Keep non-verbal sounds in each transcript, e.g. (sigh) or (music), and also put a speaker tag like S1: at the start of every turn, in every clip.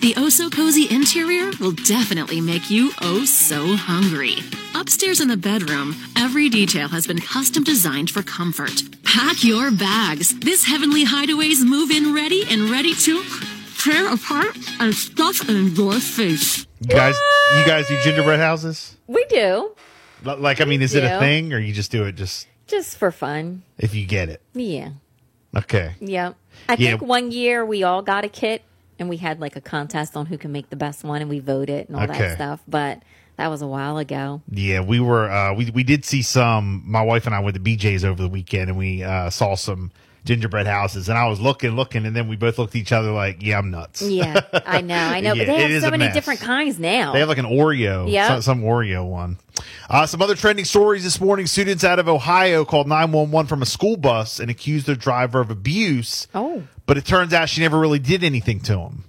S1: The oh so cozy interior will definitely make you oh so hungry. Upstairs in the bedroom, every detail has been custom designed for comfort. Pack your bags. This Heavenly Hideaway's move in ready and ready to tear apart and stuff in your face.
S2: You guys, you guys do gingerbread houses?
S3: We do
S2: L- Like, I mean, is it a
S3: do.
S2: thing, or you just do it just
S3: just for fun.
S2: if you get it?
S3: Yeah.
S2: Okay.
S3: Yeah. I
S2: Yeah.
S3: think one year we all got a kit and we had like a contest on who can make the best one and we voted and all
S2: Okay.
S3: that stuff. But that was a while
S2: (laughs)
S3: ago.
S2: Yeah, we were uh we we did see some my wife and I went to BJ's over the weekend and we uh saw some gingerbread houses and I was looking looking and then we both looked at each other like, "Yeah, I'm nuts."
S3: Yeah, I know. I know.
S2: Yeah,
S3: but they
S2: it
S3: have
S2: is
S3: so
S2: a
S3: many
S2: mess.
S3: different kinds now.
S2: They have like an Oreo,
S3: Yeah.
S2: some, some Oreo one. Uh, some other trending stories this morning. Students out of Ohio called 911 from a school bus and accused their driver of abuse.
S3: Oh.
S2: But it turns out she never really did anything to him.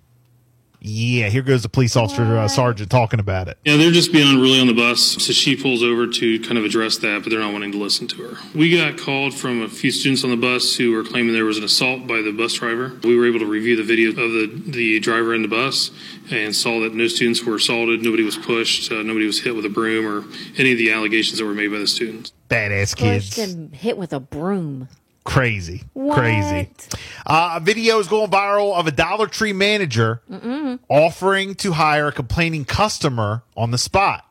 S2: Yeah, here goes the police officer uh, sergeant talking about it.
S4: Yeah, they're just being unruly on the bus. So she pulls over to kind of address that, but they're not wanting to listen to her. We got called from a few students on the bus who were claiming there was an assault by the bus driver. We were able to review the video of the, the driver in the bus and saw that no students were assaulted, nobody was pushed, uh, nobody was hit with a broom or any of the allegations that were made by the students.
S2: Badass
S3: Pushed
S2: kids.
S3: and hit with a broom.
S2: Crazy.
S3: What?
S2: Crazy. Uh, a video is going viral of a Dollar Tree manager offering to hire a complaining customer on the spot.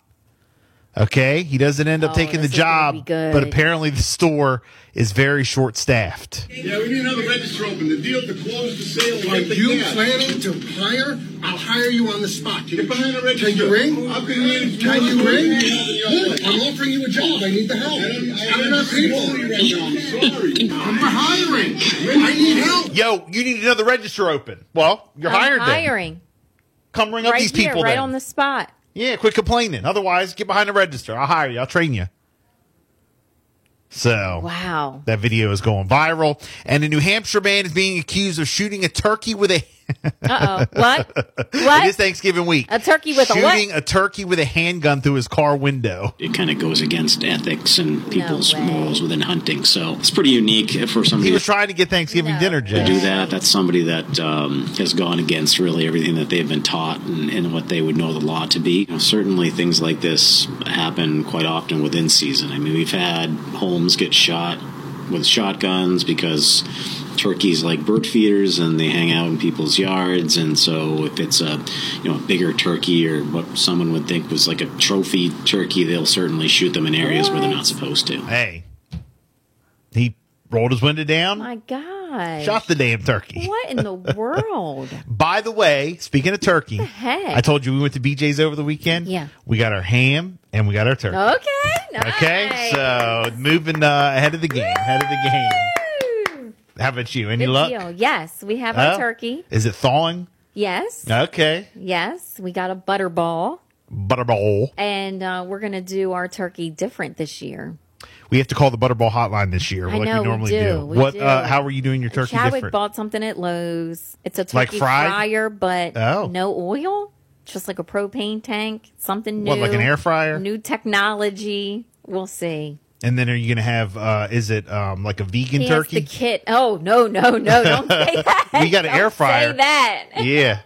S2: Okay, he doesn't end up
S3: Oh,
S2: taking the
S3: this is gonna be
S2: job,
S3: good.
S2: but apparently the store is very short staffed.
S5: Yeah, we need another register open. The deal to close the sale.
S6: Are you planning to hire? I'll hire you on the spot. Can
S5: Get behind the
S6: you,
S5: register.
S6: can you ring?
S5: I've been waiting.
S6: Can you ring? Look,
S5: Look,
S6: I'm offering you a job. I need the help.
S5: I'm,
S6: I'm
S5: I'm not
S6: not people.
S5: free right now. I'm sorry.
S6: I'm hiring. I need help.
S2: Yo, you need another register open. Well, you're
S3: I'm
S2: hired. then.
S3: hiring.
S2: Come ring up
S3: Right
S2: these
S3: here,
S2: people.
S3: right
S2: then.
S3: on the spot.
S2: yeah, quit complaining. Otherwise, get behind the register. I'll hire you. I'll train you. So (laughs)
S3: Wow.
S2: That video is going viral. And a New Hampshire man is being accused of shooting a turkey with a
S3: Uh oh. What?
S2: this
S3: What?
S2: Thanksgiving week.
S3: A turkey with a
S2: shooting
S3: what?
S2: a turkey with a handgun through his car window.
S7: It kind of goes against ethics and people's
S3: way.
S7: morals within hunting. So it's pretty unique for
S2: He
S7: somebody
S2: was trying to get Thanksgiving
S3: No.
S2: dinner,
S7: to
S2: Jay.
S7: do that. That's somebody that um, has gone against really everything that they've been taught and, and what they would know the law to be. You know, certainly, things like this happen quite often within season. I mean, we've had homes get shot with shotguns because turkeys like bird feeders and they hang out in people's yards and so if it's a you know a bigger turkey or what someone would think was like a trophy turkey they'll certainly shoot them in areas where they're not supposed to
S2: Hey. He rolled his window down,
S3: My God.
S2: shot the damn turkey.
S3: What in the world?
S2: By the way, speaking of turkey,
S3: heck?
S2: (laughs) I told you we went to BJ's over the weekend.
S3: Yeah. Oh,
S2: We got our ham and we got our turkey.
S3: Okay. Nice.
S2: Okay, so moving uh, ahead of the game, ahead of the game.
S3: Woo!
S2: How about you? Any
S3: Good
S2: luck?
S3: deal. Yes, we have
S2: Oh.
S3: our turkey.
S2: Is it thawing?
S3: Yes.
S2: Okay.
S3: Yes, we got a butter ball,
S2: Butterball.
S3: and uh, we're gonna do our turkey different this year.
S2: We have to call the Butterball hotline this year,
S3: I
S2: like
S3: know,
S2: we
S3: we
S2: normally
S3: do,
S2: do.
S3: we
S2: What?
S3: do.
S2: Uh, how are you doing your turkey
S3: Chadwick
S2: different?
S3: bought something at Lowe's. It's a turkey
S2: Like fried?
S3: fryer, but
S2: Oh.
S3: no oil, just like a propane tank. Something new,
S2: What, like an air fryer?
S3: new technology. We'll see.
S2: and then are you going to have? uh Is it um like a vegan
S3: He has
S2: turkey?
S3: the kit. Oh no, no, no!
S2: (laughs)
S3: Don't say that.
S2: We got an
S3: Don't
S2: air fryer.
S3: Say that.
S2: yeah.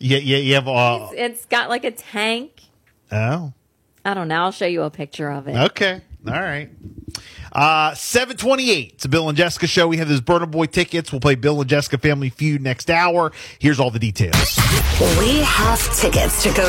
S2: Yeah, yeah, you have all.
S3: It's got like a tank.
S2: Oh,
S3: I don't know. I'll show you a picture of it.
S2: okay, all right. Uh, seven twenty-eight. It's a Bill and Jessica show. We have those Burner Boy tickets. We'll play Bill and Jessica Family Feud next hour. Here's all the details.
S8: We have tickets to go